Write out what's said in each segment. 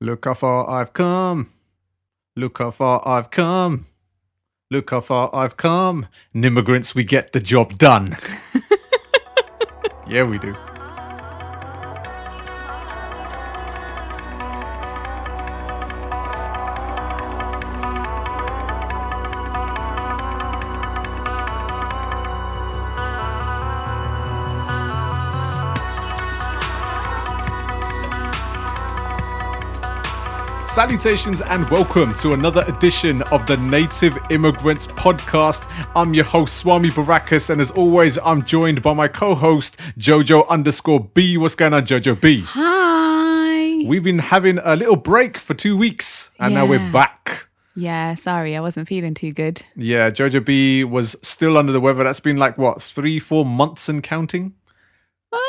Look how far I've come. Look how far I've come. Look how far I've come. And immigrants, we get the job done. yeah, we do. Salutations and welcome to another edition of the Native Immigrants Podcast. I'm your host, Swami Barakas, and as always, I'm joined by my co host, Jojo underscore B. What's going on, Jojo B? Hi. We've been having a little break for two weeks, and now we're Yeah. back. Yeah, sorry, I wasn't feeling too good. Yeah, Jojo B was still under the weather. That's been like, what, three, four months and counting? Well,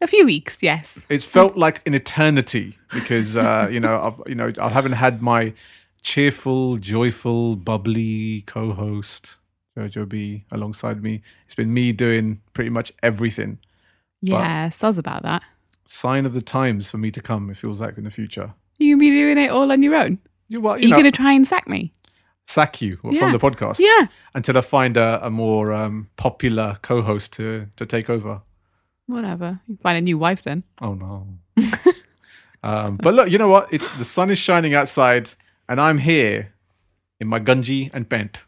a few weeks, yes. It's felt like an eternity because uh, you know I've you know I haven't had my cheerful, joyful, bubbly co-host Jojo B alongside me. It's been me doing pretty much everything. Yeah, soz about that. Sign of the times for me to come. It feels like in the future. You gonna be doing it all on your own? You well, Are you, you know, gonna try and sack me? sack you from Yeah. the podcast Yeah. until I find a, a more um, popular co-host to to take over. Whatever. You find a new wife then. Oh no. um, but look, you know what? It's the sun is shining outside, and I'm here in my gunji and bent.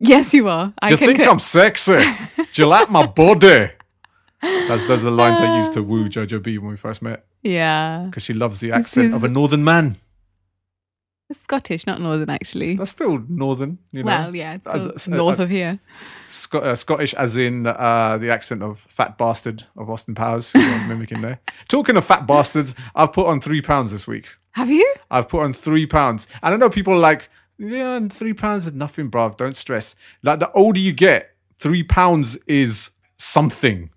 Yes, you are. I Do you think co- I'm sexy? Do you like my body? That's those are the lines Uh. I used to woo Jojo B when we first met Yeah. because she loves the accent is- of a northern man. Scottish, not northern actually. That's still northern, you know. Well, yeah, it's Uh, still that's- north uh, of here. Sco- uh, Scottish, as in uh, the accent of fat bastard of Austin Powers, who I'm mimicking there. Talking of fat bastards, I've put on three pounds this week. Have you? I've put on three pounds. And I know people are like, yeah, and three pounds is nothing, bruv. Don't stress. Like the older you get, three pounds is something.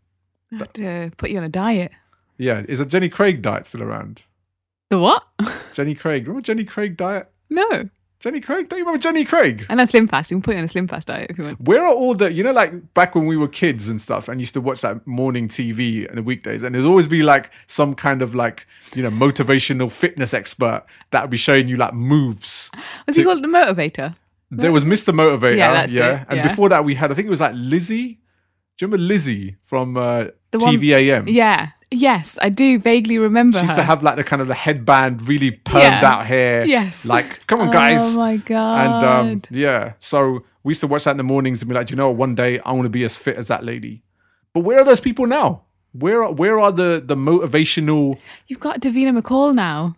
I have to put you on a diet. Yeah. Is a Jenny Craig diet still around? The what? Jenny Craig. Remember Jenny Craig diet? no. Jenny Craig? Don't you remember Jenny Craig? And a slim fast. We can put you on a slim fast diet if you want. Where are all the, you know, like back when we were kids and stuff and used to watch that morning TV and the weekdays, and there'd always be like some kind of like, you know, motivational fitness expert that would be showing you like moves. Was he called the motivator? There was Mr. Motivator. Yeah, that's it, And yeah. before that, we had, I think it was like Lizzie. Do you remember Lizzie from uh, The one- TVAM? Yeah. Yes, I do vaguely remember She used her. to have like Mm. the kind of the headband, really permed Yeah. out hair. Yes. Like, come on, guys. Oh my god. and um, yeah, so we used to watch that in the mornings and be like, "Do you know, what? one day I want to be as fit as that lady. But where are those people now? Where are, where are the the motivational? You've got Davina McCall now.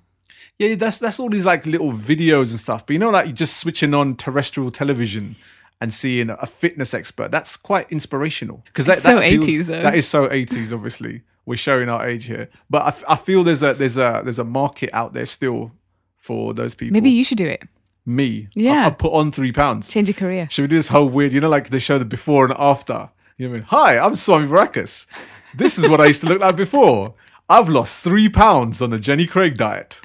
Yeah, that's that's all these like little videos and stuff. But you know, like just switching on terrestrial television and seeing a fitness expert. That's quite inspirational because that, It's so that appeals- 80s though. That is so eighties. Obviously, we're showing our age here. But I, f- I feel there's a there's a there's a market out there still for those people. Maybe you should do it. me. I- Yeah. I put on three pounds. Change your career. Should we do this whole weird, you know, like they show the before and after? You know what I mean? Hi, I'm Swami Barakas. This is what I used to look like before. I've lost three pounds on the Jenny Craig diet.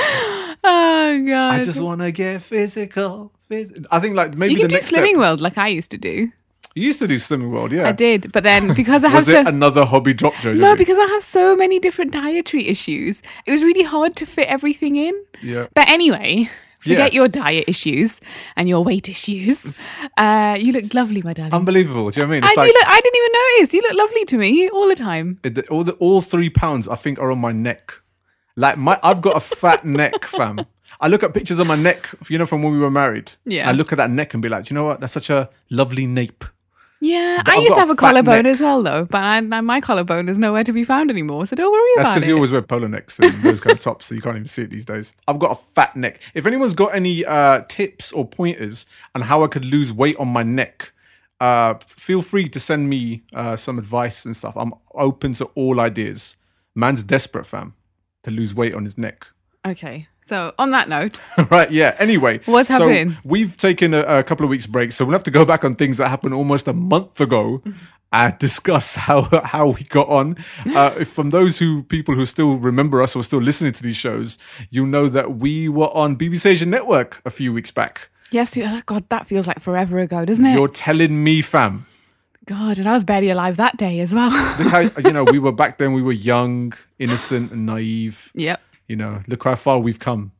Oh god. I just want to get physical. phys- I think like maybe you can the do next Slimming step- World like I used to do. You used to do Slimming World, yeah. I did, but then because I have Was so it another hobby drop, Jojo? no, because I have so many different dietary issues. It was really hard to fit everything in. yeah. But anyway, forget Yeah. your diet issues and your weight issues. Uh, you look lovely, my darling. Unbelievable. Do you know what I mean? and It's like you look, I didn't even notice. You look lovely to me all the time. it- all the all three pounds I think are on my neck. Like my, I've got a fat neck, fam. I look at pictures of my neck, you know, from when we were married. Yeah. I look at that neck and be like, "Do you know what? That's such a lovely nape. Yeah, But I I've used got to have a a fat collarbone neck. as well, though. But I, now my collarbone is nowhere to be found anymore, so don't worry That's about because it. you always wear polo necks and those kind of tops, so you can't even see it these days. I've got a fat neck. If anyone's got any uh, tips or pointers on how I could lose weight on my neck, uh, feel free to send me uh, some advice and stuff. I'm open to all ideas. Man's desperate, fam, to lose weight on his neck. okay, so on that note, right, yeah. Anyway, What's so happening? We've taken a, a couple of weeks break, so we'll have to go back on things that happened almost a month ago and discuss how how we got on. Uh, if from those who people who still remember us or still listening to these shows, you'll know that we were on BBC Asian Network a few weeks back. yes, we, oh God, that feels like forever ago, doesn't it? You're telling me, fam. God, and I was barely alive that day as well. Look how you know we were back then. We were young, innocent, and naive. yep. You know, look how far we've come.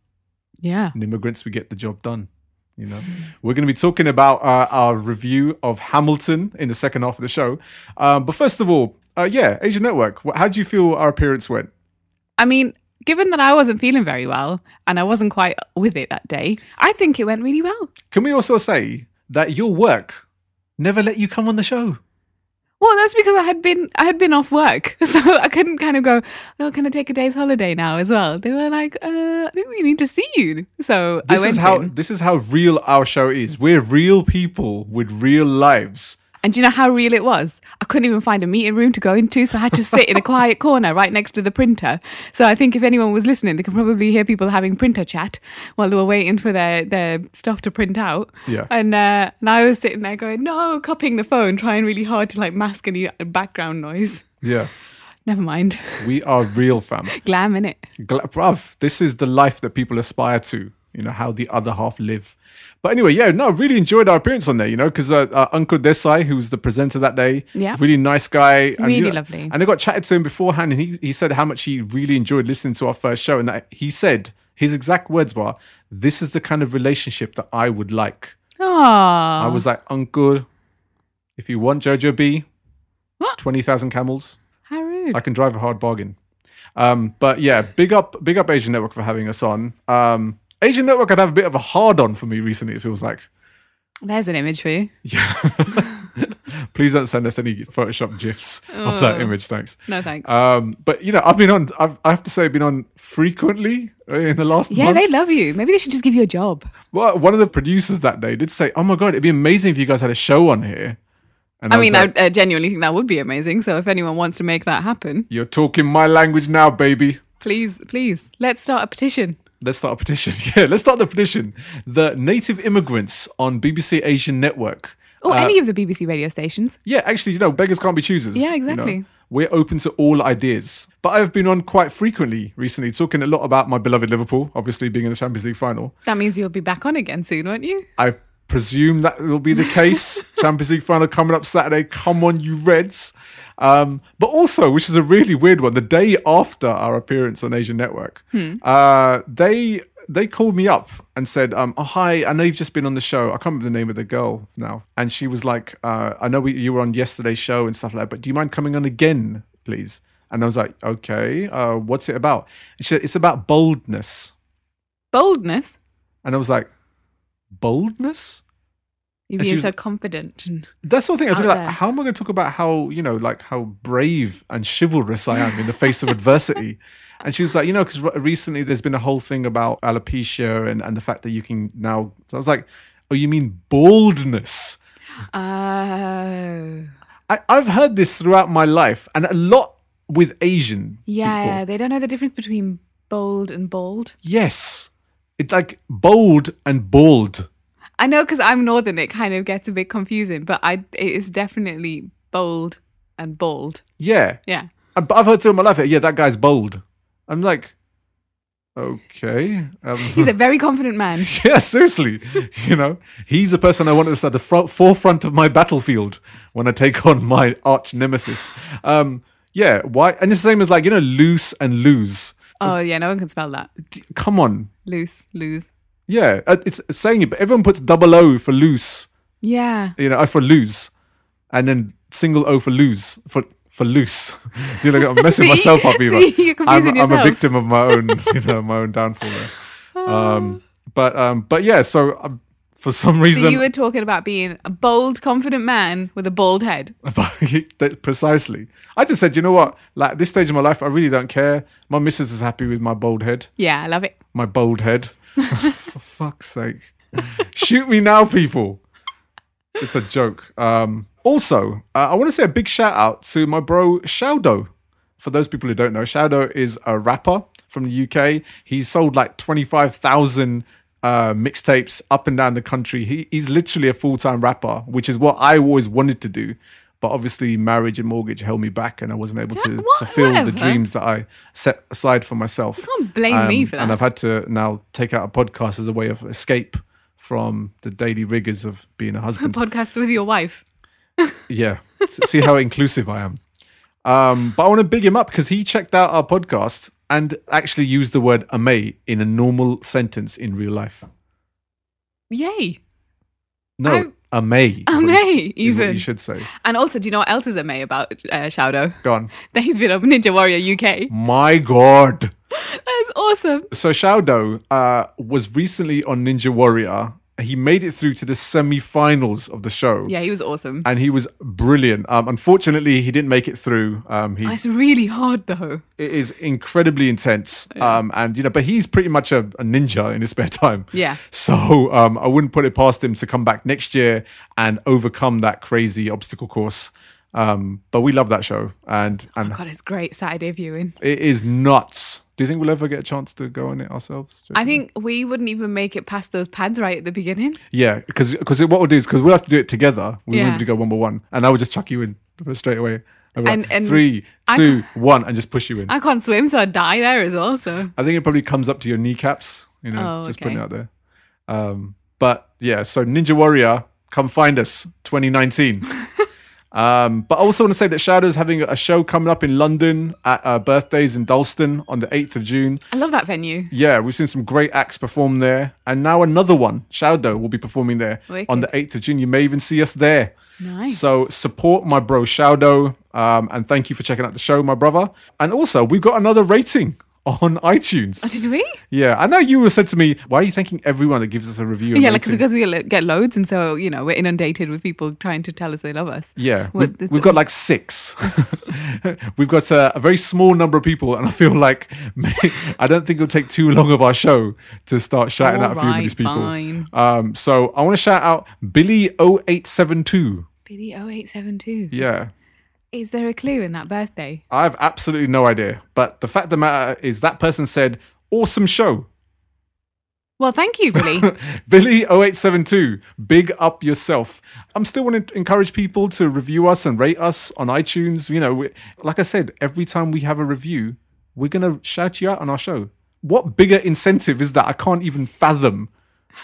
Yeah. And immigrants, we get the job done. You know, we're going to be talking about uh, our review of Hamilton in the second half of the show. Um, but first of all, uh, yeah, Asia Network. wh- How do you feel our appearance went? I mean, given that I wasn't feeling very well and I wasn't quite with it that day, I think it went really well. Can we also say that your work never let you come on the show? Well, that's because I had been I had been off work, so I couldn't kind of go. Oh, can I take a day's holiday now as well? They were like, uh, "I think we need to see you." So I This went is how in, this is how real our show is. We're real people with real lives. and do you know how real it was? I couldn't even find a meeting room to go into, so I had to sit in a quiet corner right next to the printer. So I think if anyone was listening, they could probably hear people having printer chat while they were waiting for their their stuff to print out. Yeah. and uh, and I was sitting there going, "No," copying the phone, trying really hard to like mask any uh, background noise. Yeah, Never mind, we are real, fam. glam in it. Gla- bruv, this is the life that people aspire to. You know how the other half live. But anyway, yeah, no, really enjoyed our appearance on there. You know, because uh, uh, Uncle Desai, who was the presenter that day, Yeah. really nice guy, and, Really you know, lovely. And I got chatted to him beforehand, and he he said how much he really enjoyed listening to our first show, and that he said his exact words were, "This is the kind of relationship that I would like." Aww. I was like, Uncle, if you want Jojo B, What? 20,000 camels, How rude. I can drive a hard bargain. Um, but yeah, big up, big up Asian Network for having us on. Um, Asian Network had have a bit of a hard on for me recently, it feels like. There's an image for you. Please don't send us any Photoshop GIFs of that image, thanks. No thanks. Um, but you know, I've been on, I've, I have to say, I've been on frequently uh, in the last yeah, month. they love you. Maybe they should just give you a job. well, one of the producers that day did say, Oh my God, it'd be amazing if you guys had a show on here. And I, was mean, like, I uh, genuinely think that would be amazing. So if anyone wants to make that happen, You're talking my language now, baby. please, please, let's start a petition. Let's start a petition. Yeah, let's start the petition. The native immigrants on BBC Asian Network. Uh, Or Oh, any of the BBC radio stations. Yeah, actually, you know, beggars can't be choosers. Yeah, you know. exactly. We're open to all ideas. But I've been on quite frequently recently, talking a lot about my beloved Liverpool, obviously being in the Champions League final. That means you'll be back on again soon, won't you? I presume that will be the case. Champions League final coming up Saturday. Come on, you Reds. Um, but also, which is a really weird one, the day after our appearance on Asian Network, uh, they they called me up and said, um, oh, "Hi, I know you've just been on the show. I can't remember the name of the girl now." And she was like, uh, "I know we, you were on yesterday's show and stuff like that, but do you mind coming on again, please?" And I was like, "Okay, uh, what's it about?" And she said, "It's about boldness." Boldness. And I was like, "Boldness." You're And she being was- so confident. And That's the thing. I was out thinking, like, there. how am I going to talk about how you know, like, how brave and chivalrous I am in the face of adversity? And she was like, you know, because recently there's been a whole thing about alopecia and and the fact that you can now. So I was like, oh, you mean baldness? oh, I, I've heard this throughout my life, and a lot with Asian yeah, people. they don't know the difference between bold and bold. Yes, it's like bold and bald. I know because I'm northern, it kind of gets a bit confusing, but I it is definitely bold and bold. Yeah, Yeah. I- but I've heard through my life, yeah, that guy's bold. I'm like, okay. Um, He's a very confident man. Yeah, seriously. you know, he's the person I want to start the front, forefront of my battlefield when I take on my arch nemesis. Um, yeah, why? And it's the same as like you know, loose and lose. Oh yeah, no one can spell that. D- Come on, Loose, lose. yeah, uh, it's it's saying it, but everyone puts double O for loose, Yeah. you know, I for lose, and then single O for lose for for loose. you know, I'm messing See? myself up here. See, you're I'm, confusing I'm a yourself. victim of my own, you know, my own downfall. There. Um, but um, but yeah, so. Um, for some reason, So you were talking about being a bold, confident man with a bald head. That- precisely. I just said, you know what? Like this stage of my life, I really don't care. My missus is happy with my bald head. Yeah, I love it. My bald head. For fuck's sake. Shoot me now, people. It's a joke. Um, also, uh, I want to say a big shout out to my bro Shaudo. For those people who don't know, Shaudo is a rapper from the UK. He's sold like 25,000 uh, mixtapes up and down the country. He, he's literally a full time rapper, which is what I always wanted to do. But obviously, marriage and mortgage held me back, and I wasn't able to what- fulfill whatever. the dreams that I set aside for myself. Um, Can't blame me for And that. I've had to now take out a podcast as a way of escape from the daily rigors of being a husband. Podcast with your wife. Yeah. S- See how inclusive I am. Um, but I want to big him up because he checked out our podcast and actually use the word ame in a normal sentence in real life. Yay. No, ame. is what you- is Amei, what you even. should say. And also, do you know what else is Amei about uh, Shadow? Go on. That he's been on Ninja Warrior UK. My God. That is awesome. So Shaudo uh, was recently on Ninja Warrior. He made it through to the semi-finals of the show, Yeah, he was awesome. and he was brilliant. Um, unfortunately, he didn't make it through. Um, he It's really hard though. it is incredibly intense, um, and you know, but he's pretty much a, a ninja in his spare time. Yeah. So um, I wouldn't put it past him to come back next year and overcome that crazy obstacle course. Um, but we love that show, and and God, it's great Saturday viewing. it is nuts. Do you think we'll ever get a chance to go on it ourselves? I think we wouldn't even make it past those pads right at the beginning. Yeah, because what we'll do is because we'll have to do it together. We won't Yeah. have to go one by one, and I will just chuck you in straight away. I'll be And- like, and three, I two, one, and just push you in. I, I can't swim, so I'd die there as well. So think it probably comes up to your kneecaps. You know, Oh, just putting it okay. out there. Um, but yeah, so Ninja Warrior, come find us, 2019. Um, but I also want to say that Shadow's having a show coming up in London at uh, Birthdays in Dalston on the 8th of June. I love that venue. Yeah, we've seen some great acts perform there. And now another one, Shadow, will be performing there on Wicked. the 8th of June. You may even see us there. Nice. So support my bro Shaudo, um, and thank you for checking out the show, my brother. And also, we've got another rating on iTunes. Oh, Did we? Yeah, I know you said to me, "Why are you thanking everyone that gives us a review?" and Yeah, like 'cause- rating?" because we lo- get loads, and so you know we're inundated with people trying to tell us they love us. yeah, Well, we've, this- we've got like six. we've got a, a very small number of people, and I feel like I don't think it'll take too long of our show to start shouting out a few of Alright, these people. fine. Um, so I want to shout out Billy 0872 Billy 0872. Yeah, Is there a clue in that birthday? I have absolutely no idea. But the fact of the matter is that person said, awesome show. Well, thank you, Billy. Billy0872, big up yourself. I'm still want to encourage people to review us and rate us on iTunes. You know, we, like I said, every time we have a review, we're going to shout you out on our show. What bigger incentive is that? I can't even fathom.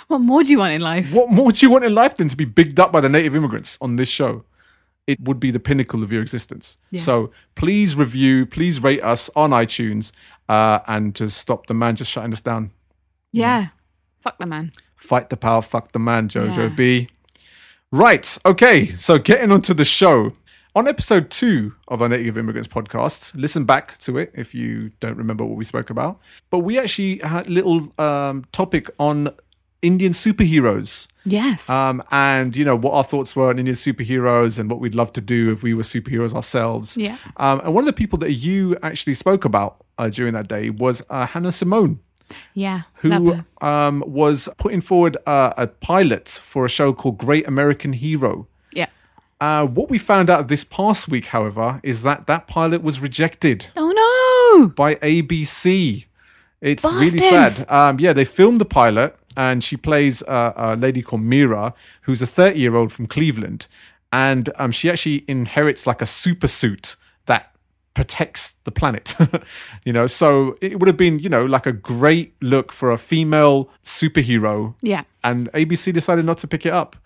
what more do you want in life? What more do you want in life than to be bigged up by the native immigrants on this show? It would be the pinnacle of your existence. So please review, please rate us on iTunes, uh, and to stop the man just shutting us down. Yeah. Fuck the man. Fight the power, fuck the man, Jojo Yeah. B. Right. Okay. So getting onto the show. On episode two of our Native Immigrants podcast, listen back to it if you don't remember what we spoke about. But we actually had a little um, topic on Indian superheroes Yes. um, and you know what our thoughts were on Indian superheroes and what we'd love to do if we were superheroes ourselves. Yeah. Um, and one of the people that you actually spoke about uh, during that day was uh, Hannah Simone, yeah. Love who her. um, was putting forward uh, a pilot for a show called Great American Hero. Yeah. Uh, what we found out this past week, however, is that that pilot was rejected Oh no. by ABC. It's really Bastards. sad. Um, yeah, they filmed the pilot, and she plays uh, a lady called Mira, who's a 30 year old from Cleveland. And um, she actually inherits like a super suit that protects the planet. you know, so it would have been, you know, like a great look for a female superhero Yeah. and ABC decided not to pick it up.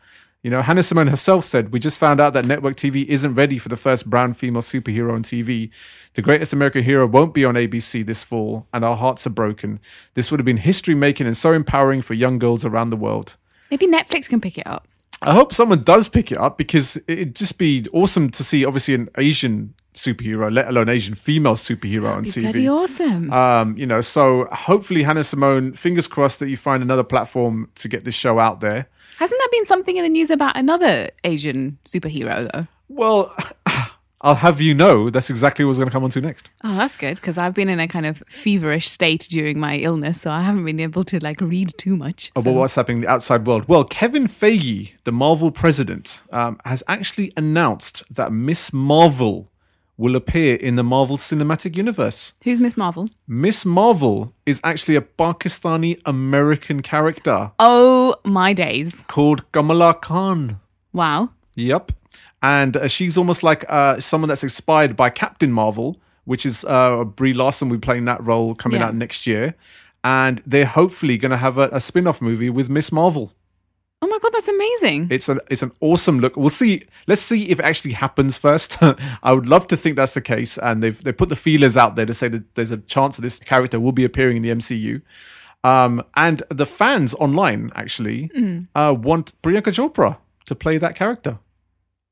You know, Hannah Simone herself said, We just found out that network TV isn't ready for the first brown female superhero on TV. The greatest American hero won't be on ABC this fall, and our hearts are broken. This would have been history making and so empowering for young girls around the world. Maybe Netflix can pick it up. I hope someone does pick it up because it'd just be awesome to see, obviously, an Asian superhero, let alone Asian female superhero on Be TV. bloody awesome. Um, you know, so hopefully, Hannah Simone, fingers crossed that you find another platform to get this show out there. Hasn't there been something in the news about another Asian superhero though? Well, I'll have you know that's exactly what's going to come on to next. Oh, that's good because I've been in a kind of feverish state during my illness, so I haven't been able to like read too much. About what's happening in the outside world. Well, Kevin Feige, the Marvel president, um, has actually announced that Miss Marvel will appear in the Marvel Cinematic Universe. Who's Miss Marvel? Miss Marvel is actually a Pakistani American character Oh my days! called Kamala Khan. Wow. Yep. And uh, she's almost like uh, someone that's inspired by Captain Marvel, which is uh, Brie Larson will be playing that role coming Yeah. out next year. And they're hopefully going to have a, a spin off movie with Miss Marvel. Oh my god, that's amazing. It's an it's an awesome look. We'll see. Let's see if it actually happens first. I would love to think that's the case, and they've they put the feelers out there to say that there's a chance that this character will be appearing in the MCU. Um, and the fans online actually uh, want Priyanka Chopra to play that character.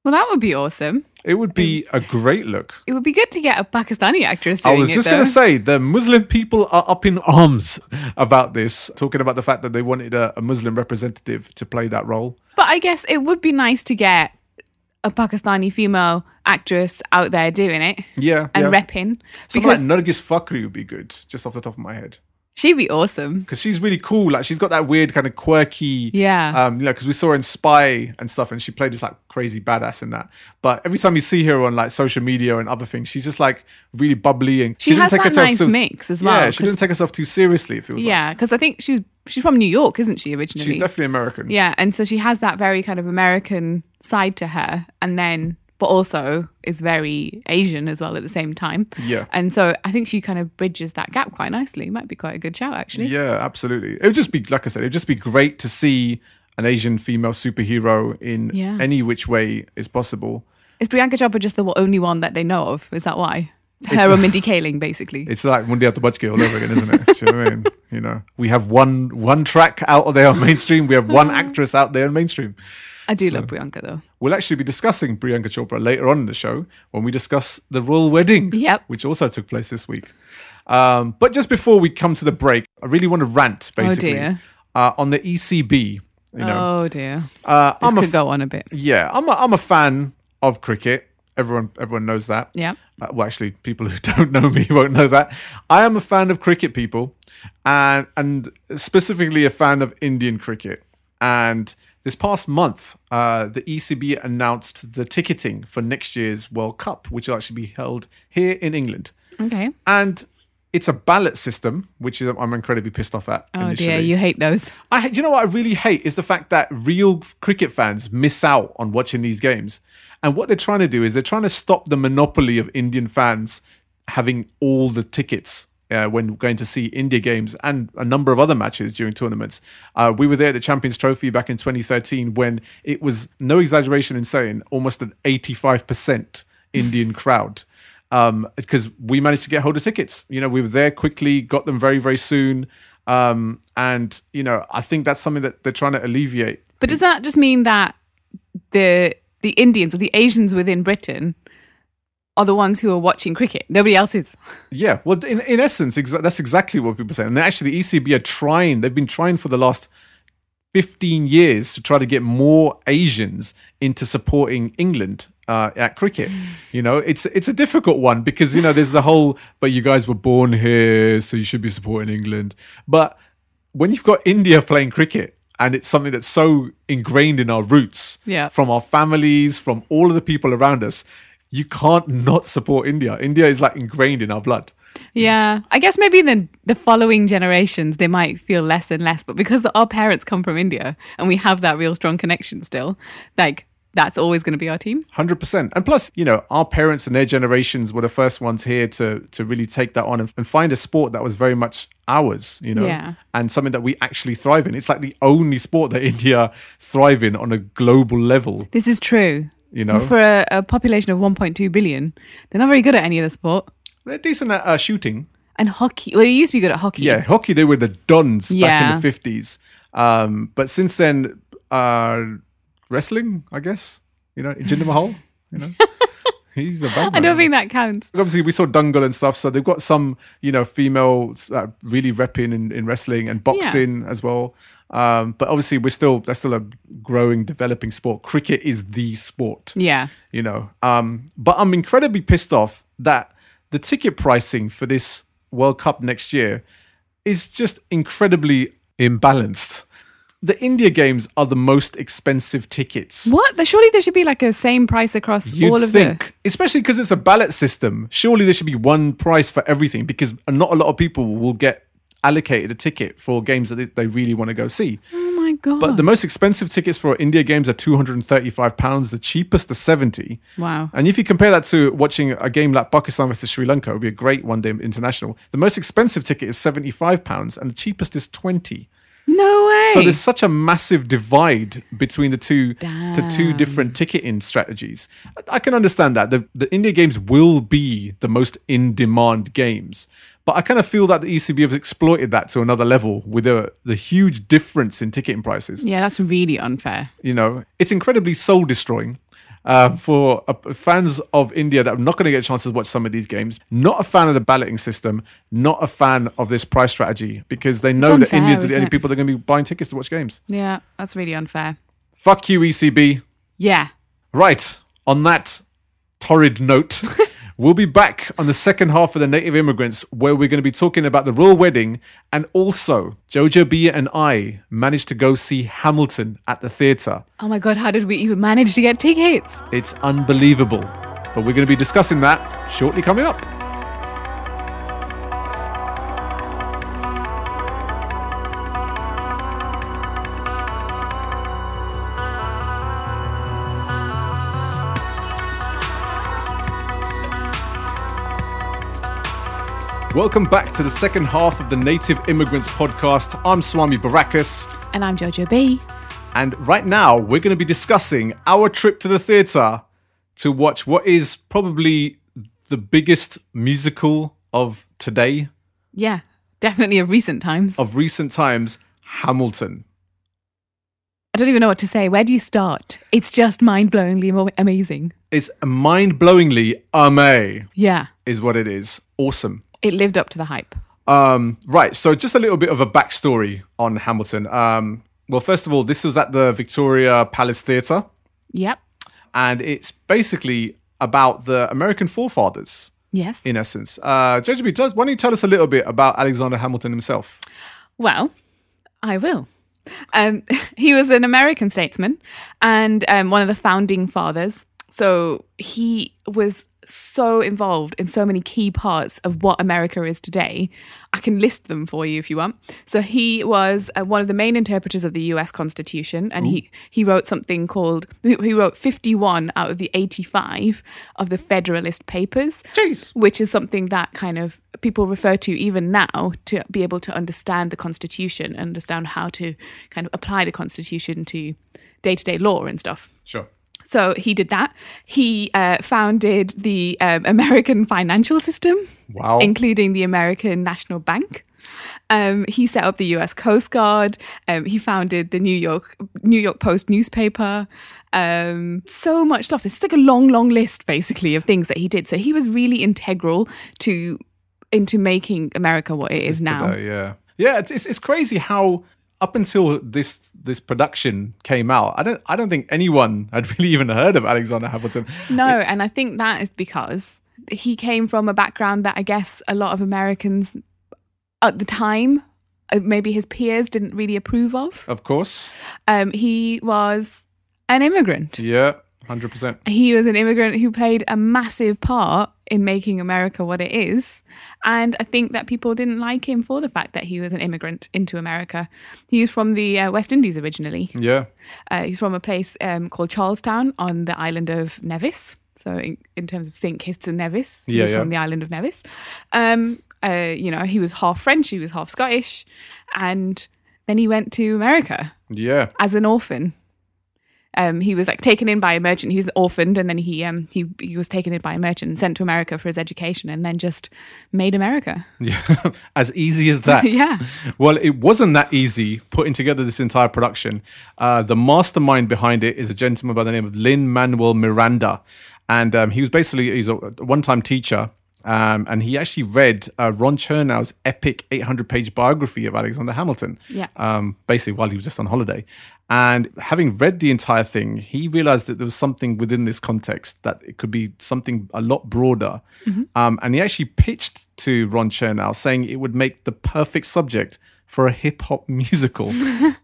well, that would be awesome. It would be a great look. It would be good to get a Pakistani actress I doing was it, just though. going to say the Muslim people are up in arms about this, talking about the fact that they wanted a, a Muslim representative to play that role. But I guess it would be nice to get a Pakistani female actress out there doing it Yeah, and yeah. repping Something because like Nargis Fakhri would be good, just off the top of my head, she'd be awesome. because she's really cool. Like she's got that weird kind of quirky, Yeah. Um, you know, because we saw her in Spy and stuff, and she played this like crazy badass in that. But every time you see her on like social media and other things, she's just like really bubbly and She doesn't has that nice mix as well, Yeah, she doesn't 'cause- take herself too seriously. It feels like Yeah, because I think she's she's from New York, isn't she originally? she's definitely American. yeah, and so she has that very kind of American side to her, and then but also is very Asian as well at the same time. Yeah. and so I think she kind of bridges that gap quite nicely. Might be quite a good shout actually. Yeah, absolutely. It would just be like I said, it would just be great to see an Asian female superhero in Yeah. any which way is possible. Is Priyanka Chopra just the wo- only one that they know of? Is that why? It's her or Mindy Kaling, basically. It's like Mundi Atabachke all over again, isn't it? Do you know what I mean? You know, we have one one track out there on mainstream. We have one actress out there on mainstream. I do love Priyanka, though. We'll actually be discussing Priyanka Chopra later on in the show when we discuss the royal wedding, Yep. which also took place this week. Um, but just before we come to the break, I really want to rant basically Oh, dear. uh, on the ECB. You know, Oh, dear. uh, This I'm a could go on a bit. Yeah, I'm a, I'm a fan of cricket. Everyone everyone knows that. Yeah. Uh, well, actually, people who don't know me won't know that. I am a fan of cricket, people, and and specifically a fan of Indian cricket. And this past month, uh, the ECB announced the ticketing for next year's World Cup, which will actually be held here in England. Okay. And it's a ballot system, which is, I'm incredibly pissed off at. Oh, initially. dear. You hate those. I ha- do you know what I really hate is the fact that real cricket fans miss out on watching these games. And what they're trying to do is they're trying to stop the monopoly of Indian fans having all the tickets uh, when going to see India games and a number of other matches during tournaments. Uh, we were there at the Champions Trophy back in 2013 when it was no exaggeration in saying almost an 85% Indian crowd um because we managed to get hold of tickets you know we were there quickly got them very very soon um and you know i think that's something that they're trying to alleviate But does that just mean that the the Indians or the Asians within Britain are the ones who are watching cricket? Nobody else is. yeah well in, in essence exa- that's exactly what people say and actually the ecb are trying they've been trying for the last 15 years to try to get more asians into supporting england uh, at cricket you know it's it's a difficult one because you know there's the whole but you guys were born here so you should be supporting england but when you've got India playing cricket and it's something that's so ingrained in our roots Yeah. from our families, from all of the people around us, you can't not support India. India is like ingrained in our blood. Yeah. I guess maybe the the following generations they might feel less and less, but because our parents come from India and we have that real strong connection still, like that's always going to be our team. 100%. And plus, you know, our parents and their generations were the first ones here to to really take that on and, and find a sport that was very much ours, you know, Yeah. and something that we actually thrive in. It's like the only sport that India thrive in on a global level, This is true. you know. For a, a population of 1.2 billion, they're not very good at any other sport. They're decent at uh, shooting. And hockey, well, they used to be good at hockey. Yeah, hockey they were the dons back in Yeah. the fifties. Um, but since then, uh, wrestling, I guess. You know, Jinder Mahal. You know, he's a bad man. I don't think that counts. Obviously, we saw Dungal and stuff, so they've got some, you know, females uh, really repping in, in wrestling and boxing as well. Um, but obviously, we're still that's still a growing, developing sport. Cricket is the sport Yeah. you know. Um, but I'm incredibly pissed off that the ticket pricing for this World Cup next year is just incredibly imbalanced. The India games are the most expensive tickets. What? There- Surely there should be like a same price across You'd all of think, the. especially because it's a ballot system. Surely there should be one price for everything because not a lot of people will get allocated a ticket for games that they- they really want to go see. Oh my god! But the most expensive tickets for India games are two hundred and thirty-five pounds. The cheapest are seventy. wow. And if you compare that to watching a game like Pakistan versus Sri Lanka, it would be a great one day international. The most expensive ticket is £75 and the cheapest is 20 No way. So there's such a massive divide between the two to two Damn. different ticketing strategies. I- I can understand that the the India games will be the most in demand games, but I kind of feel that the E ECB has exploited that to another level with the the huge difference in ticketing prices. yeah, that's really unfair. You know, it's incredibly soul destroying. Uh, for uh, fans of India that are not going to get chances to watch some of these games, not a fan of the balloting system, not a fan of this price strategy because they know that unfair, Indians are the isn't only it? people that are going to be buying tickets to watch games. Yeah, that's really unfair. Fuck you, ECB. Yeah. Right. On that torrid note, we'll be back on the second half of the Native Immigrants, where we're going to be talking about the royal wedding, and also Jojo Bia and I managed to go see Hamilton at the theatre. Oh my god, how did we even manage to get tickets? It's unbelievable, but we're going to be discussing that shortly coming up. Welcome back to the second half of the Native Immigrants Podcast. I'm Swami Barakas. And I'm Jojo B. And right now, we're going to be discussing our trip to the theatre to watch what is probably the biggest musical of today, Yeah, definitely of recent times. of recent times, Hamilton. I don't even know what to say. Where do you start? It's just mind blowingly mo- amazing. It's mind blowingly amazing, Yeah, is what it is. Awesome. it lived up to the hype. Um, right, so just a little bit of a backstory on Hamilton. Um, well, first of all, this was at the Victoria Palace Theatre, Yep. and it's basically about the American forefathers. Yes. in essence. Uh, JGB, does, why don't you tell us a little bit about Alexander Hamilton himself? Well, I will. Um, he was an American statesman and um, one of the founding fathers. So he was so involved in so many key parts of what America is today. I can list them for you if you want. So he was uh, one of the main interpreters of the US Constitution and he, he wrote something called, he he wrote 51 out of the 85 of the Federalist Papers Jeez. which is something that kind of people refer to even now to be able to understand the constitution and understand how to kind of apply the constitution to day-to-day law and stuff Sure. so he did that he uh, founded the um, american financial system Wow. including the American National Bank. Um, he set up the U.S. Coast Guard. Um, he founded the New York New York Post newspaper. Um, so much stuff. This is like a long, long list, basically, of things that he did. So he was really integral to into making America what it is now. Uh, yeah. Yeah, it's, it's- it's crazy how up until this this production came out, I don't I don't think anyone had really even heard of Alexander Hamilton. No, and I think that is because he came from a background that I guess a lot of Americans at the time, uh, maybe his peers, didn't really approve of. Of course. um, he was an immigrant. Yeah, 100%. He was an immigrant who played a massive part in making America what it is. And I think that people didn't like him for the fact that he was an immigrant into America. He was from the uh, West Indies originally. Yeah. Uh, he's from a place um, called Charlestown on the island of Nevis. So, in, in terms of St. Kitts and Nevis, he Yeah, was yeah. from the island of Nevis. Um, uh, you know, he was half French, he was half Scottish. And then he went to America Yeah. as an orphan. Um, he was like taken in by a merchant. He was orphaned, and then he um, he he was taken in by a merchant, and sent to America for his education, and then just made America. Yeah. as easy as that. Yeah. Well, it wasn't that easy putting together this entire production. Uh, the mastermind behind it is a gentleman by the name of Lynn Manuel Miranda. And um, he was basically he's a one-time teacher. Um, and he actually read uh, Ron Chernow's epic 800-page biography of Alexander Hamilton. Yeah. Um, basically, while he was just on holiday, and having read the entire thing, he realized that there was something within this context that it could be something a lot broader. Um, and he actually pitched to Ron Chernow, saying it would make the perfect subject for a hip hop musical.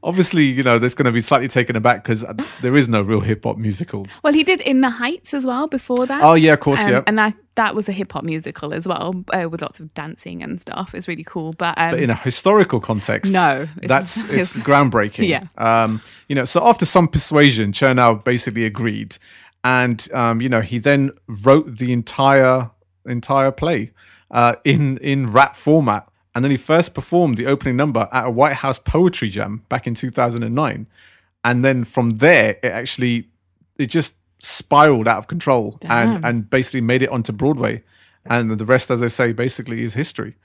Obviously, you know, that's going to be slightly taken aback because there is no real hip hop musicals. Well, he did in the Heights as well before that. Oh yeah, of course, Um, yeah. And that that was a hip hop musical as well, uh, with lots of dancing and stuff. It's really cool. But, um, but in a historical context, No, it's- that's it's, it's- groundbreaking. Yeah. um, you know. So after some persuasion, Chernow basically agreed, and um, you know he then wrote the entire entire play uh, in in rap format. And then he first performed the opening number at a White House poetry jam back in 2009. And then from there, it actually, it just spiraled out of control Damn. and, and basically made it onto Broadway. And the rest, as I say, basically is history.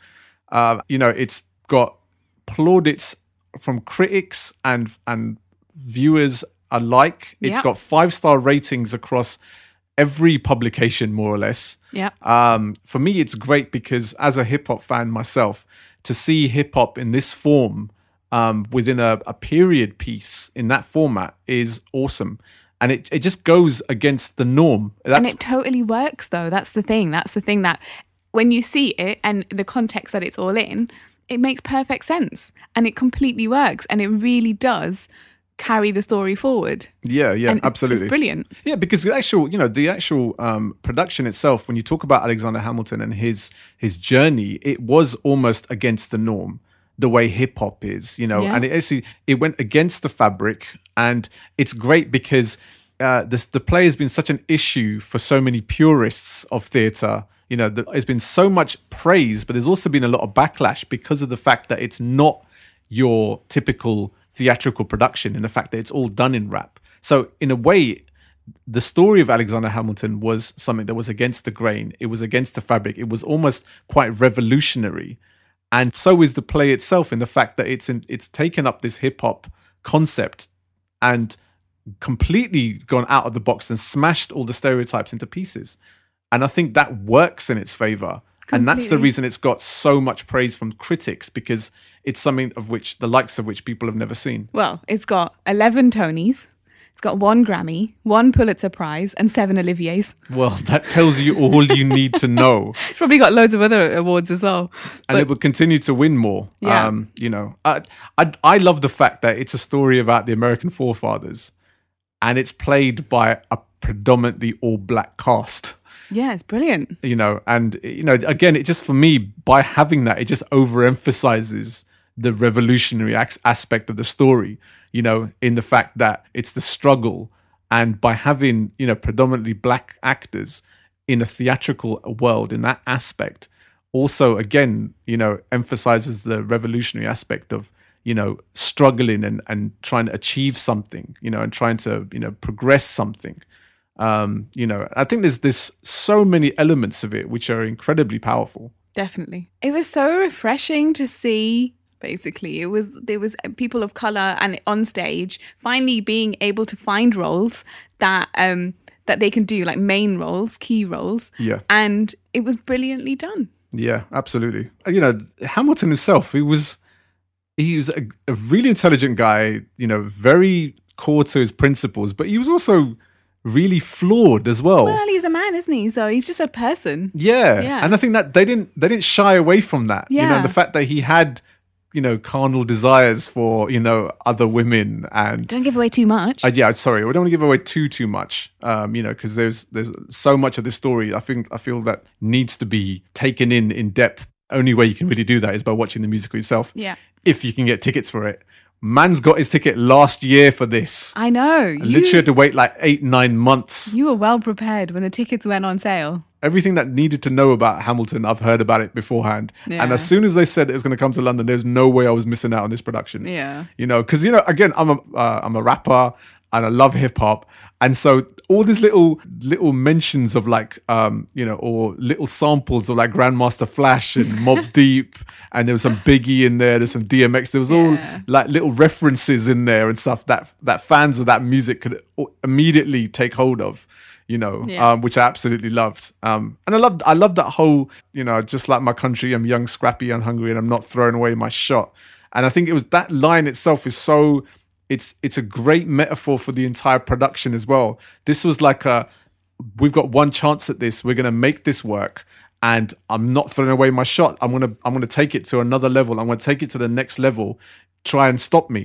Uh, you know, it's got plaudits from critics and and viewers alike. It's Yeah. got five star ratings across every publication, more or less. Yeah. Um, for me, it's great because as a hip hop fan myself, to see hip hop in this form um, within a, a period piece in that format is awesome. And it, it just goes against the norm. That's and it totally works though that's the thing that's the thing that when you see it and the context that it's all in it makes perfect sense and it completely works and it really does carry the story forward yeah, yeah, And absolutely. it's brilliant Yeah, because the actual, you know, the actual um, production itself, when you talk about Alexander Hamilton and his his journey, it was almost against the norm, the way hip hop is, you know, Yeah. and it actually it went against the fabric, and it's great because uh, this the play has been such an issue for so many purists of theatre. You know, there has been so much praise, but there's also been a lot of backlash because of the fact that it's not your typical theatrical production and the fact that it's all done in rap. So in a way, the story of Alexander Hamilton was something that was against the grain. It was against the fabric. It was almost quite revolutionary, and so is the play itself in the fact that it's in, it's taken up this hip hop concept and completely gone out of the box and smashed all the stereotypes into pieces. And I think that works in its favor. And that's the Completely. reason it's got so much praise from critics because it's something of which the likes of which people have never seen. well it's got 11 tonys it's got one grammy one pulitzer prize and seven oliviers Well, that tells you all you need to know. it's probably got loads of other awards as well and it will continue to win more. Yeah. Um, you know, I, I I love the fact that it's a story about the American forefathers, and it's played by a predominantly all black cast. yeah it's brilliant You know, and you know, again, it just for me by having that, it just overemphasizes the revolutionary ac- aspect of the story. You know, in the fact that it's the struggle, and by having you know predominantly black actors in a theatrical world in that aspect also again you know emphasizes the revolutionary aspect of you know struggling and and trying to achieve something you know and trying to you know progress something um you know i think there's there's so many elements of it which are incredibly powerful definitely it was so refreshing to see basically it was there was people of color and on stage finally being able to find roles that um that they can do like main roles key roles Yeah. and it was brilliantly done Yeah, absolutely. Uh, You know, Hamilton himself, he was he was a, a really intelligent guy. You know, very core to his principles, but he was also really flawed as well. well he's a man isn't he so he's just a person yeah. Yeah. and I think that they didn't they didn't shy away from that. You know, Yeah. the fact that he had you know carnal desires for you know other women and don't give away too much uh, yeah, sorry, we don't want to give away too too much. Um, you know, because there's there's so much of this story. I think I feel that needs to be taken in in depth. Only way you can really do that is by watching the musical yourself. Yeah. if you can get tickets for it. Man's got his ticket last year for this. i know Literally Uh, you, had to wait like eight nine months. you were well prepared when the tickets went on sale Everything that needed to know about Hamilton, I've heard about it beforehand. And Yeah. as soon as they said it was going to come to London, there's no way I was missing out on this production. Yeah. you know, because you know, again, I'm a uh, I'm a rapper and I love hip hop, and so all these little little mentions of like um you know or little samples of like Grandmaster Flash and Mob Deep, and there was some Biggie in there, there's some DMX, there was all Yeah. like little references in there and stuff that that fans of that music could o- immediately take hold of you know Yeah. um, which i absolutely loved um, and i loved i loved that whole you know just like my country i'm young scrappy and hungry and i'm not throwing away my shot and i think it was that line itself is so it's it's a great metaphor for the entire production as well this was like a we've got one chance at this. We're going to make this work. And I'm not throwing away my shot. I'm gonna I'm gonna take it to another level. I'm gonna take it to the next level. Try and stop me.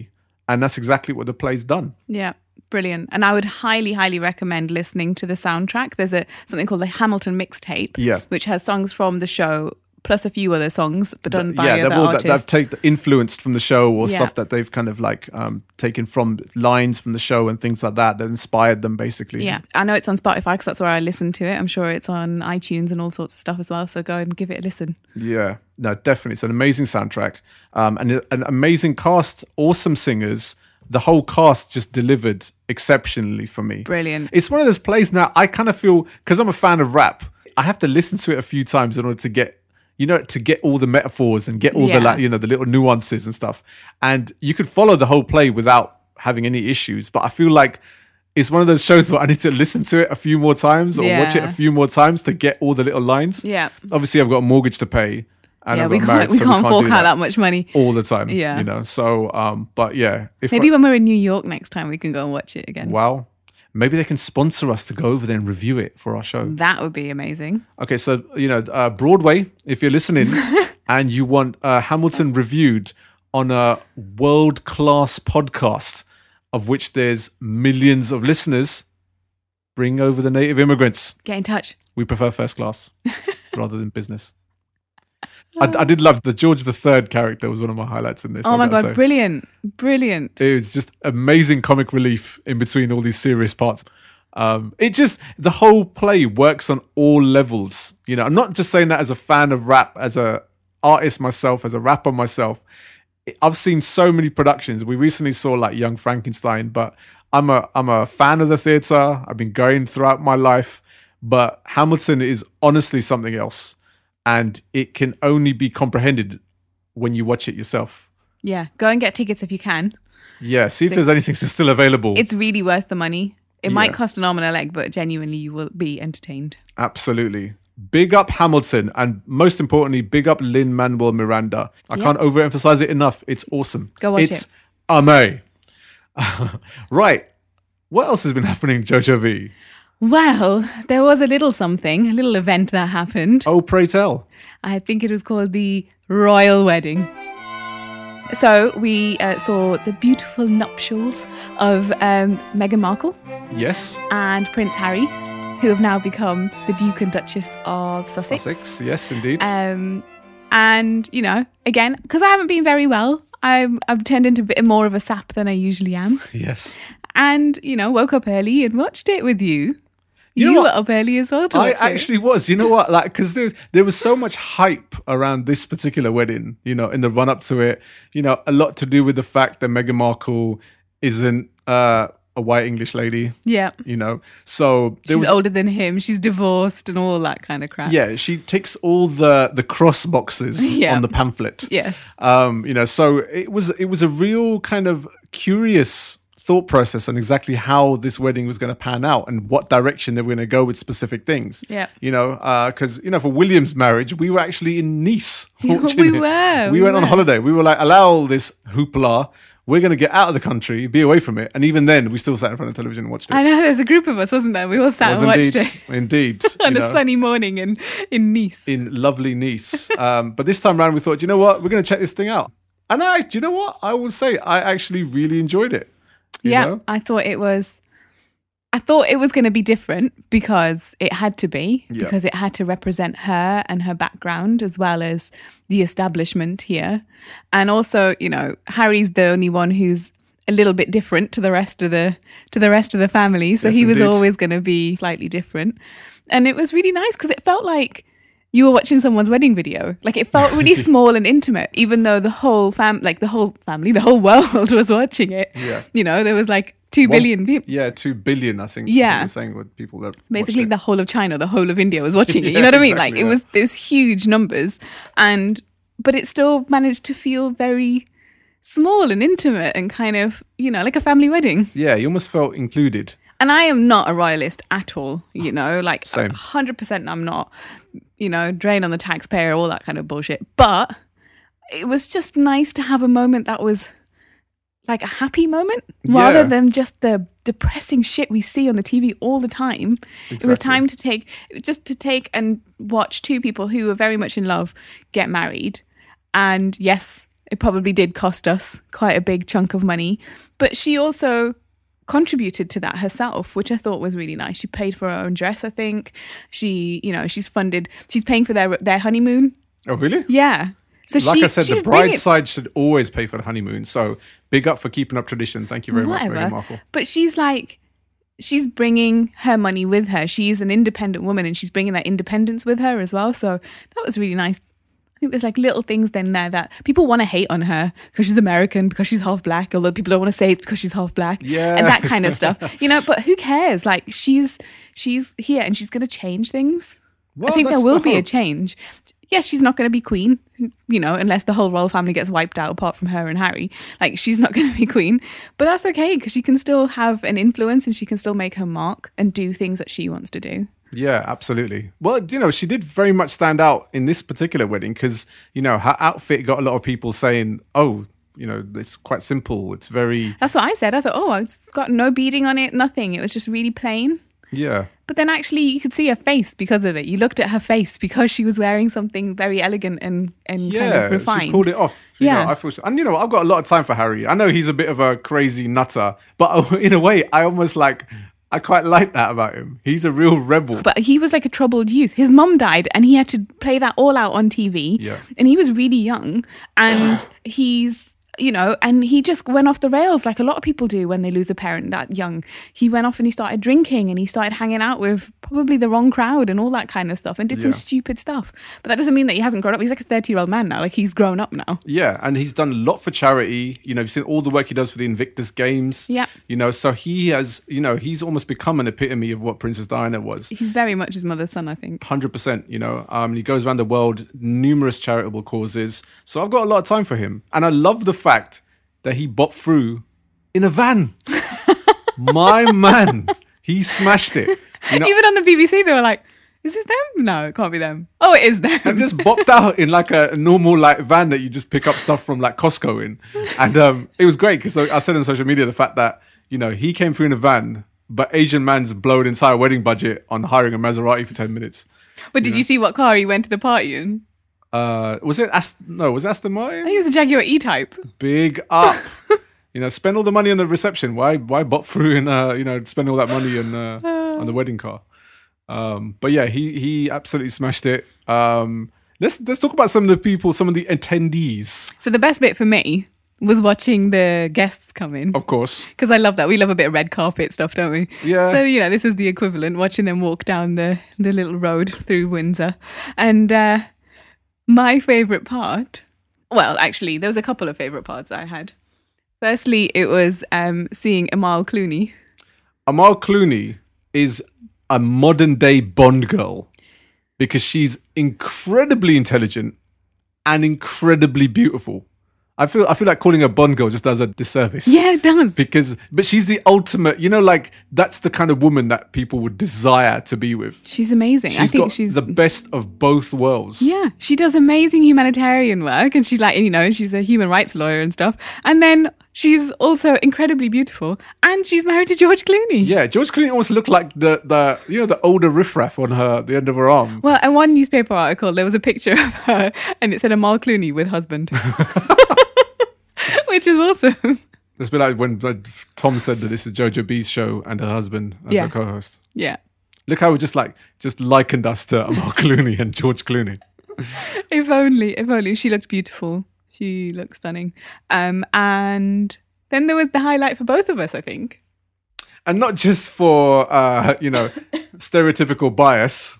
And that's exactly what the play's done. Yeah, brilliant. And I would highly, highly recommend listening to the soundtrack. There's a something called the Hamilton mixtape, Yeah. which has songs from the show plus a few other songs, but done by yeah, other they've all that, artists. they've taken influenced from the show or Yeah. stuff that they've kind of like um, taken from lines from the show and things like that that inspired them basically. yeah, I know it's on Spotify because that's where I listen to it. I'm sure it's on iTunes and all sorts of stuff as well. So go and give it a listen. Yeah, no, definitely. It's an amazing soundtrack um, and a- an amazing cast, awesome singers. The whole cast just delivered exceptionally for me. Brilliant. It's one of those plays now I kind of feel, because I'm a fan of rap, I have to listen to it a few times in order to get. You know, to get all the metaphors and get all Yeah. the like, you know the little nuances and stuff, and you could follow the whole play without having any issues. But I feel like it's one of those shows where I need to listen to it a few more times or watch it a Yeah. few more times to get all the little lines Yeah. obviously I've got a mortgage to pay and yeah, I've we got can't, married, we so can't we can't fork do out that, that much money. all the time. Yeah. you know. So, um, but yeah, if Maybe I, when we're in New York next time, we can go and watch it again. wow, maybe they can sponsor us to go over there and review it for our show. That would be amazing. Okay, so you know uh, Broadway, if you're listening and you want uh, Hamilton reviewed on a world class podcast of which there's millions of listeners, bring over the native immigrants. Get in touch. We prefer first class rather than business. I, I did love the George III character was one of my highlights in this. Oh I my gotta god, say. brilliant, brilliant. it was just amazing comic relief in between all these serious parts. Um, it just the whole play works on all levels. You know, I'm not just saying that as a fan of rap, as a artist myself, as a rapper myself. I've seen so many productions. We recently saw like Young Frankenstein, but I'm a I'm a fan of the theater. I've been going throughout my life, but Hamilton is honestly something else, and it can only be comprehended when you watch it yourself. Yeah, go and get tickets if you can. Yeah, see if there's anything that's still available. It's really worth the money. It might Yeah. cost an arm and a leg, but genuinely, you will be entertained. Absolutely. Big up Hamilton, and most importantly, big up Lin Manuel Miranda. I can't overemphasize it enough. It's awesome. Go watch it's it. amazing. right. What else has been happening, Jojo V? Well, there was a little something, a little event that happened. Oh, pray tell. I think it was called the Royal Wedding. So we uh, saw the beautiful nuptials of um, Meghan Markle Yes. and Prince Harry, who have now become the Duke and Duchess of Sussex. Yes, indeed. Um, and you know, again, because I haven't been very well, I'm I've turned into a bit more of a sap than I usually am. yes. And you know, woke up early and watched it with you. You You, know were what? up early as well. To I watch it. actually was. You know what? Like, because there, there was so much hype around this particular wedding, you know, in the run up to it. You know, a lot to do with the fact that Meghan Markle isn't uh, a white English lady. yeah. you know. So there was She's older than him. She's divorced and all that kind of crap. yeah, she ticks all the the cross boxes Yeah. on the pamphlet. Yes. Um, you know, so it was it was a real kind of curious thought process on exactly how this wedding was going to pan out and what direction they were going to go with specific things. Yeah. You know, because you know for William's marriage, we were actually in Nice. watching we it. were, We, we went on were. holiday. We were like, allow all this hoopla. We're going to get out of the country, be away from it. And even then, we still sat in front of the television and watched it. I know there's a group of us, wasn't there? We all sat Was and watched indeed, it indeed. on you a know. sunny morning in, in Nice. in lovely Nice. Um, but this time around, we thought, you know what, we're going to check this thing out. And I, do you know what, I will say, I actually really enjoyed it. you yeah, know? I thought it was. I thought it was going to be different because it had to be Yeah. because it had to represent her and her background as well as the establishment here, and also you know Harry's the only one who's a little bit different to the rest of the to the rest of the family, so Yes, he was indeed. always going to be slightly different, and it was really nice because it felt like you were watching someone's wedding video. Like it felt really small and intimate, even though the whole fam, like the whole family, the whole world was watching it. Yeah. You know, there was like two One- billion people. Yeah, two billion, I think. Yeah. you were saying with people that watched Basically, it. the whole of China, the whole of India was watching it. You Yeah, know what I mean? exactly, like it yeah. was those huge numbers, and but it still managed to feel very small and intimate and kind of you know like a family wedding. yeah, you almost felt included. And I am not a royalist at all, you know, like Same. 100% I'm not, you know, drain on the taxpayer, all that kind of bullshit. But it was just nice to have a moment that was like a happy moment Yeah. rather than just the depressing shit we see on the TV all the time. It was Exactly. time to take, just to take and watch two people who were very much in love get married. And yes, it probably did cost us quite a big chunk of money. But she also contributed to that herself, which I thought was really nice. She paid for her own dress, I think. She, you know, she's funded, she's paying for their their honeymoon. Oh, really? Yeah. So like she, I said, the she's bringing- bride side should always pay for the honeymoon. So big up for keeping up tradition. Thank you very much, Meghan Markle. But she's like, she's bringing her money with her. She's an independent woman, and she's bringing that independence with her as well. So that was really nice. I think there's like little things then there that people want to hate on her because she's American, because she's half black, although people don't want to say it's because she's half black, and that kind of stuff. You know, but who cares? Like she's she's here and she's going to change things. Well, I think there that's will the be a hope. change. Yes, she's not going to be queen, you know, unless the whole royal family gets wiped out apart from her and Harry. Like, she's not going to be queen, but that's okay because she can still have an influence and she can still make her mark and do things that she wants to do. Yeah, absolutely. Well, you know, she did very much stand out in this particular wedding because, you know, her outfit got a lot of people saying, oh, you know, it's quite simple. It's very, That's what I said. I thought, oh, it's got no beading on it, nothing. It was just really plain. yeah. But then actually, you could see her face because of it. You looked at her face because she was wearing something very elegant and, and kind Yeah, of refined. she pulled it off. You Yeah. know, I feel, and you know, I've got a lot of time for Harry. I know he's a bit of a crazy nutter, but in a way, I almost like, I quite like that about him. He's a real rebel. but he was like a troubled youth. His mum died, and he had to play that all out on TV. Yeah. and he was really young, and he's you know, and he just went off the rails like a lot of people do when they lose a parent that young. He went off and he started drinking and he started hanging out with probably the wrong crowd and all that kind of stuff and did some Yeah. stupid stuff. But that doesn't mean that he hasn't grown up. He's like a thirty year old man now. Like he's grown up now. Yeah, and he's done a lot for charity. You know, you've seen all the work he does for the Invictus Games. Yeah. You know, so he has, you know, he's almost become an epitome of what Princess Diana was. He's very much his mother's son, I think. Hundred percent, you know. Um, he goes around the world, numerous charitable causes. So I've got a lot of time for him, and I love the fact that he bought through in a van. My man, he smashed it. You know, Even on the BBC, they were like, "Is this them? No, it can't be them. Oh, it is them." and just bopped out in like a normal like van that you just pick up stuff from like Costco in, and um, it was great because I said on social media the fact that you know he came through in a van, but Asian man's blown entire wedding budget on hiring a Maserati for ten minutes. But did you see what car he went to the party in? Uh, was it Ast- no? Was it Aston Martin? I think it was a Jaguar E-Type. Big up. you know, spend all the money on the reception. Why why bop through and uh, you know spend all that money on uh, on the wedding car? Um, but yeah, he he absolutely smashed it. Um, let's let's talk about some of the people, some of the attendees. So the best bit for me was watching the guests come in Of course. because I love that. We love a bit of red carpet stuff, don't we? Yeah. So you know, this is the equivalent watching them walk down the the little road through Windsor, and uh, my favorite part. Well, actually, there was a couple of favorite parts I had. Firstly, it was um, seeing Amal Clooney. Amal Clooney is a modern day Bond girl because she's incredibly intelligent and incredibly beautiful. I feel I feel like calling her Bond girl just does a disservice. Yeah, it does. Because but she's the ultimate, you know, like that's the kind of woman that people would desire to be with. She's amazing. I She's think got she's the best of both worlds. Yeah, she does amazing humanitarian work, and she's like, you know, she's a human rights lawyer and stuff. And then she's also incredibly beautiful, and she's married to George Clooney. Yeah, George Clooney almost looked like the, the you know the older riffraff on her the end of her arm. Well, in one newspaper article, there was a picture of her, and it said Amal Clooney with husband, which is awesome. It's been like when uh, Tom said that this is Jojo B's show and her husband as Yeah. her co-host. Yeah, Look how we just like just likened us to Mark Clooney and George Clooney. if only, if only she looked beautiful. She looked stunning. Um, and then there was the highlight for both of us, I think. And not just for uh, you know, stereotypical bias.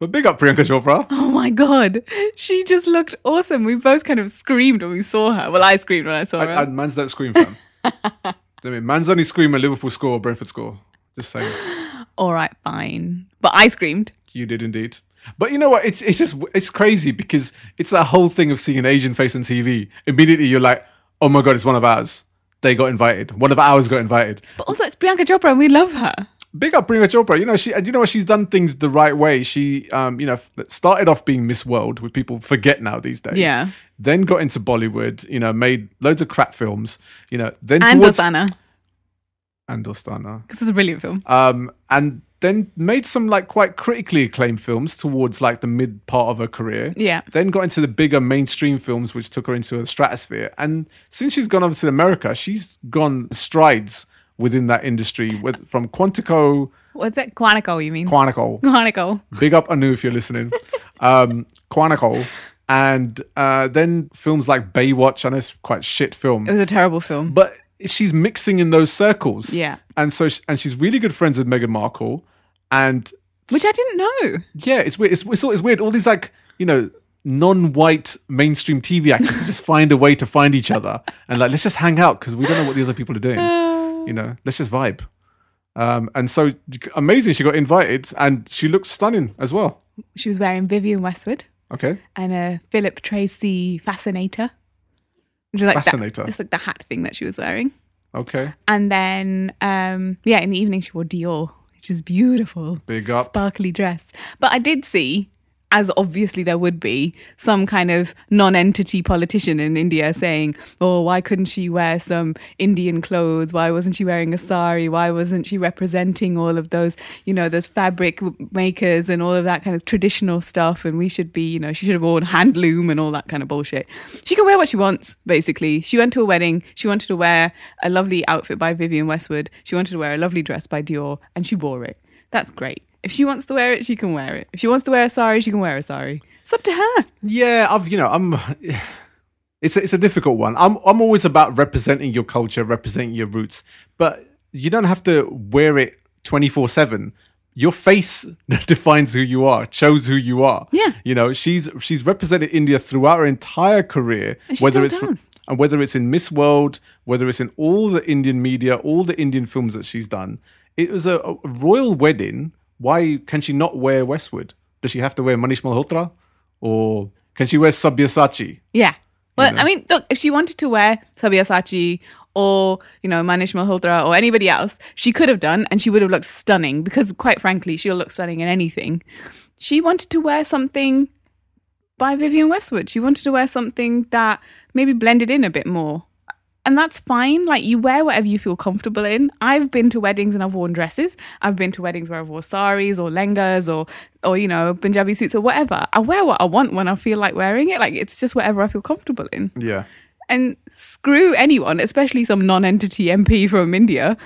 But big up Priyanka Chopra. Oh my god, she just looked awesome. We both kind of screamed when we saw her. Well, I screamed when I saw And, her. and man's don't scream fam. I mean man's only scream a Liverpool score or Brentford score. Just saying. All right, fine, but I screamed. You did indeed. But you know what? It's it's just it's crazy because it's that whole thing of seeing an Asian face on TV. Immediately you're like, oh my god, it's one of ours. They got invited. One of ours got invited. But also, it's Priyanka Chopra, and we love her. big up Priyanka Chopra. You know she, and you know what she's done things the right way. She, um, you know, f- started off being Miss World, which people forget now these days. Yeah. Then got into Bollywood. You know, made loads of crap films. You know, then And towards Bosana, and Dostana. because it's a brilliant film. Um, and then made some like quite critically acclaimed films towards like the mid part of her career. Yeah. Then got into the bigger mainstream films, which took her into the stratosphere. And since she's gone over to America, she's gone strides within that industry with from Quantico, What's that? Quantico, you mean? Quantico. Quantico. Big up Anu if you're listening. um, Quantico. And uh, then films like Baywatch, I know it's quite shit film, It was a terrible film. but she's mixing in those circles. Yeah. And so, she, and she's really good friends with Meghan Markle. And Which I didn't know. yeah, it's weird. It's, it's, all- it's weird. All these like you know non-white mainstream TV actors just find a way to find each other and like let's just hang out because we don't know what the other people are doing. You know, let's just vibe. Um, and so amazing, she got invited and she looked stunning as well. She was wearing Vivian Westwood Okay, and a Philip Tracy fascinator. Which is like that- Fascinator. it's like the hat thing that she was wearing. okay, And then, um, yeah, in the evening she wore Dior, which is beautiful. big up. sparkly dress. But I did see, as obviously there would be, some kind of non entity politician in India saying, oh, why couldn't she wear some Indian clothes? Why wasn't she wearing a sari? Why wasn't she representing all of those, you know, those fabric w- makers and all of that kind of traditional stuff? And we should be, you know, she should have worn hand loom and all that kind of bullshit. She can wear what she wants, basically. She went to a wedding. She wanted to wear a lovely outfit by Vivian Westwood. She wanted to wear a lovely dress by Dior, and she wore it. That's great. If she wants to wear it, she can wear it. If she wants to wear a sari, she can wear a sari. It's up to her. Yeah, I've you know I'm. It's a, it's a difficult one. I'm I'm always about representing your culture, representing your roots, but you don't have to wear it twenty four seven. Your face defines who you are, shows who you are. Yeah. you know she's she's represented India throughout her entire career, And she still it's fr- does. and whether it's in Miss World, whether it's in all the Indian media, all the Indian films that she's done. It was a, a royal wedding. Why can she not wear Westwood? Does she have to wear Manish Malhotra? or can she wear Sabyasachi? Yeah. Well, know. I mean, look, if she wanted to wear Sabya Sachi or, you know, Manish Malhotra or anybody else, she could have done and she would have looked stunning because, quite frankly, she'll look stunning in anything. She wanted to wear something by Vivian Westwood. She wanted to wear something that maybe blended in a bit more. And that's fine. Like, you wear whatever you feel comfortable in. I've been to weddings and I've worn dresses. I've been to weddings where I've worn saris or lengas or, or you know, Punjabi suits or whatever. I wear what I want when I feel like wearing it. Like, it's just whatever I feel comfortable in. Yeah. And screw anyone, especially some non entity MP from India,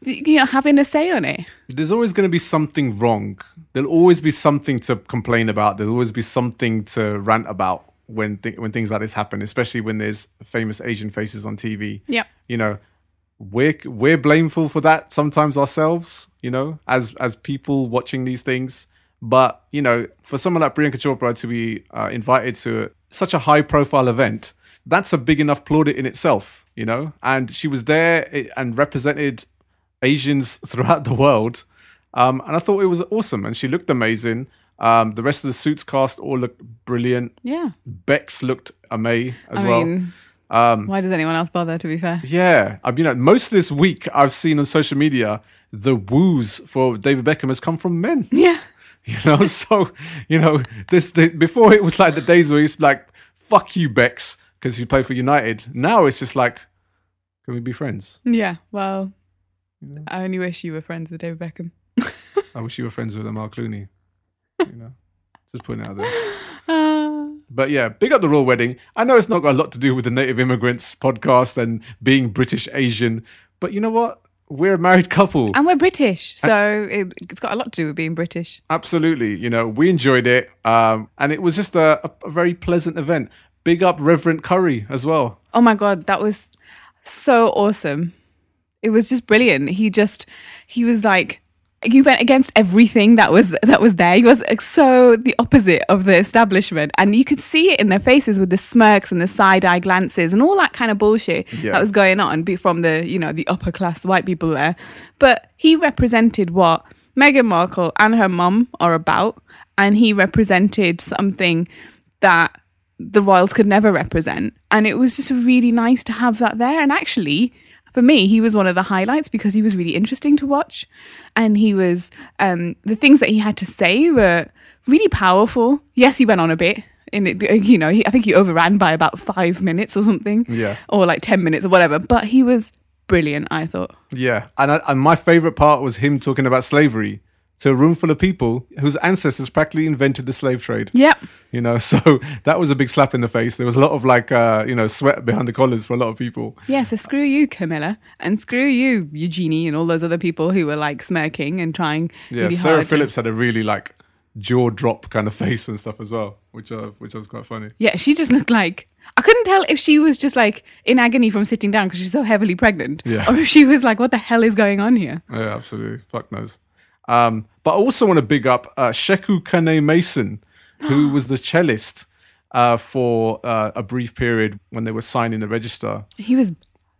you know, having a say on it. There's always going to be something wrong. There'll always be something to complain about. There'll always be something to rant about when th- when things like this happen, especially when there's famous Asian faces on TV. Yep. You know, we're we're blameful for that sometimes ourselves. You know, as as people watching these things. But you know, for someone like Priyanka Chopra to be uh, invited to such a high profile event, that's a big enough plaudit in itself. You know, and she was there eh, and represented Asians throughout the world. Um, and I thought it was awesome. And she looked amazing. Um, the rest of the suits cast all looked brilliant. Yeah. Bex looked amazing as I well. um, mean, why does anyone else bother, to be fair? yeah. I mean, uh, most of this week I've seen on social media the woos for David Beckham has come from men. Yeah. You know, so you know this. The, before it was like the days where it's like "fuck you, Bex" because you play for United. Now it's just like, can we be friends? Yeah. Well, I only wish you were friends with David Beckham. I wish you were friends with Amal Clooney. You know, just putting it out there. Uh, But yeah, big up the royal wedding. I know it's not got a lot to do with the native immigrants podcast and being British Asian, but you know what? We're a married couple. and we're British, so it, it's got a lot to do with being British. Absolutely. You know, we enjoyed it. Um, and it was just a, a, a very pleasant event. Big up Reverend Curry as well. Oh my god, that was so awesome. It was just brilliant. He just he was like he went against everything that was that was there. He was like, so the opposite of the establishment, and you could see it in their faces with the smirks and the side eye glances and all that kind of bullshit Yeah. that was going on be- from the you know the upper class white people there. But he represented what Meghan Markle and her mum are about, and he represented something that the royals could never represent. And it was just really nice to have that there. And actually, for me, he was one of the highlights because he was really interesting to watch. And he was, um, the things that he had to say were really powerful. Yes, he went on a bit. And it, you know, he, I think he overran by about five minutes or something, Yeah. or like ten minutes or whatever. But he was brilliant. I thought, Yeah. And, I, and my favorite part was him talking about slavery to a room full of people whose ancestors practically invented the slave trade. yep, you know so that was a big slap in the face there was a lot of like uh you know sweat behind the collars for a lot of people Yeah, so screw you, Camilla, and screw you, Eugenie, and all those other people who were like smirking and trying yeah really sarah hard. to- phillips had a really like jaw drop kind of face and stuff as well, which uh, which was quite funny. Yeah, she just looked like I couldn't tell if she was just like in agony from sitting down because she's so heavily pregnant, Yeah. or if she was like, "What the hell is going on here?" Yeah, absolutely. Fuck knows. Um, but I also want to big up uh, Sheku Kane Mason, who was the cellist uh, for uh, a brief period when they were signing the register. He was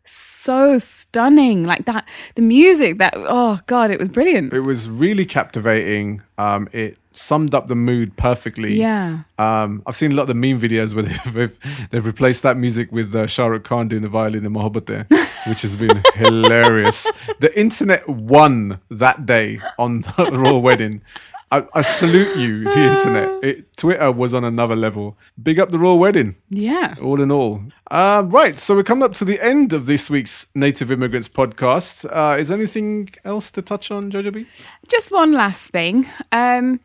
so stunning, like that. The music, that oh god, it was brilliant. It was really captivating. Um, it summed up the mood perfectly. Yeah. Um, I've seen a lot of the meme videos where they've, they've, they've replaced that music with uh, Shah Rukh Khan doing the violin in Mohabbat which has been hilarious. The internet won that day on the Royal Wedding. I, I salute you, the internet. It, Twitter was on another level. Big up the Royal Wedding Yeah, all in all. Uh, right, so we're coming up to the end of this week's Native Immigrants podcast. Uh, is anything else to touch on, Jojo B? just one last thing. Um,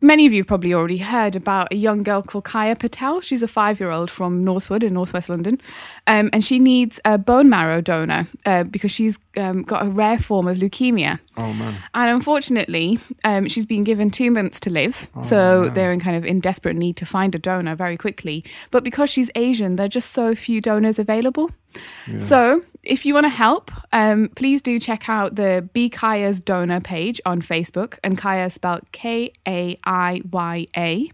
many of you have probably already heard about a young girl called Kaya Patel. She's a five-year-old from Northwood in Northwest London, um, and she needs a bone marrow donor uh, because she's um, got a rare form of leukemia. Oh, man. And unfortunately, um, she's been given two months to live. so they're in kind of in desperate need to find a donor very quickly. But because she's Asian, there are just so few donors available. So if you want to help, um, please do check out the Be Kaya's donor page on Facebook. And Kaya is spelled K A I Y A.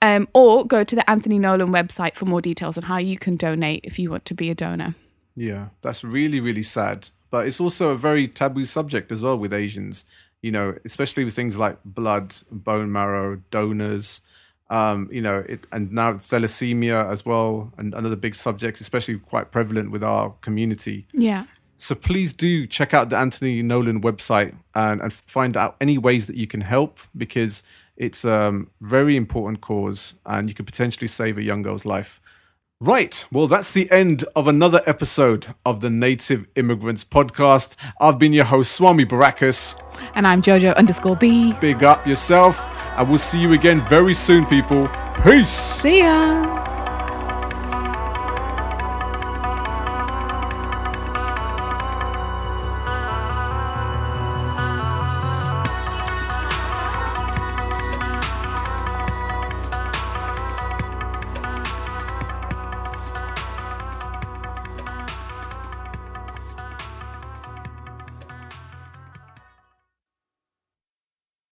Um, or go to the Anthony Nolan website for more details on how you can donate if you want to be a donor. Yeah, that's really, really sad. But it's also a very taboo subject as well with Asians, you know, especially with things like blood, bone marrow, donors, um, you know, it, and now thalassemia as well, and another big subject, especially quite prevalent with our community. Yeah. So please do check out the Anthony Nolan website and, and find out any ways that you can help because it's a um, very important cause and you could potentially save a young girl's life. Right. Well, that's the end of another episode of the Native Immigrants Podcast. I've been your host, Swami Barakas. And I'm Jojo underscore B. Big up yourself. I will see you again very soon, people. Peace. See ya.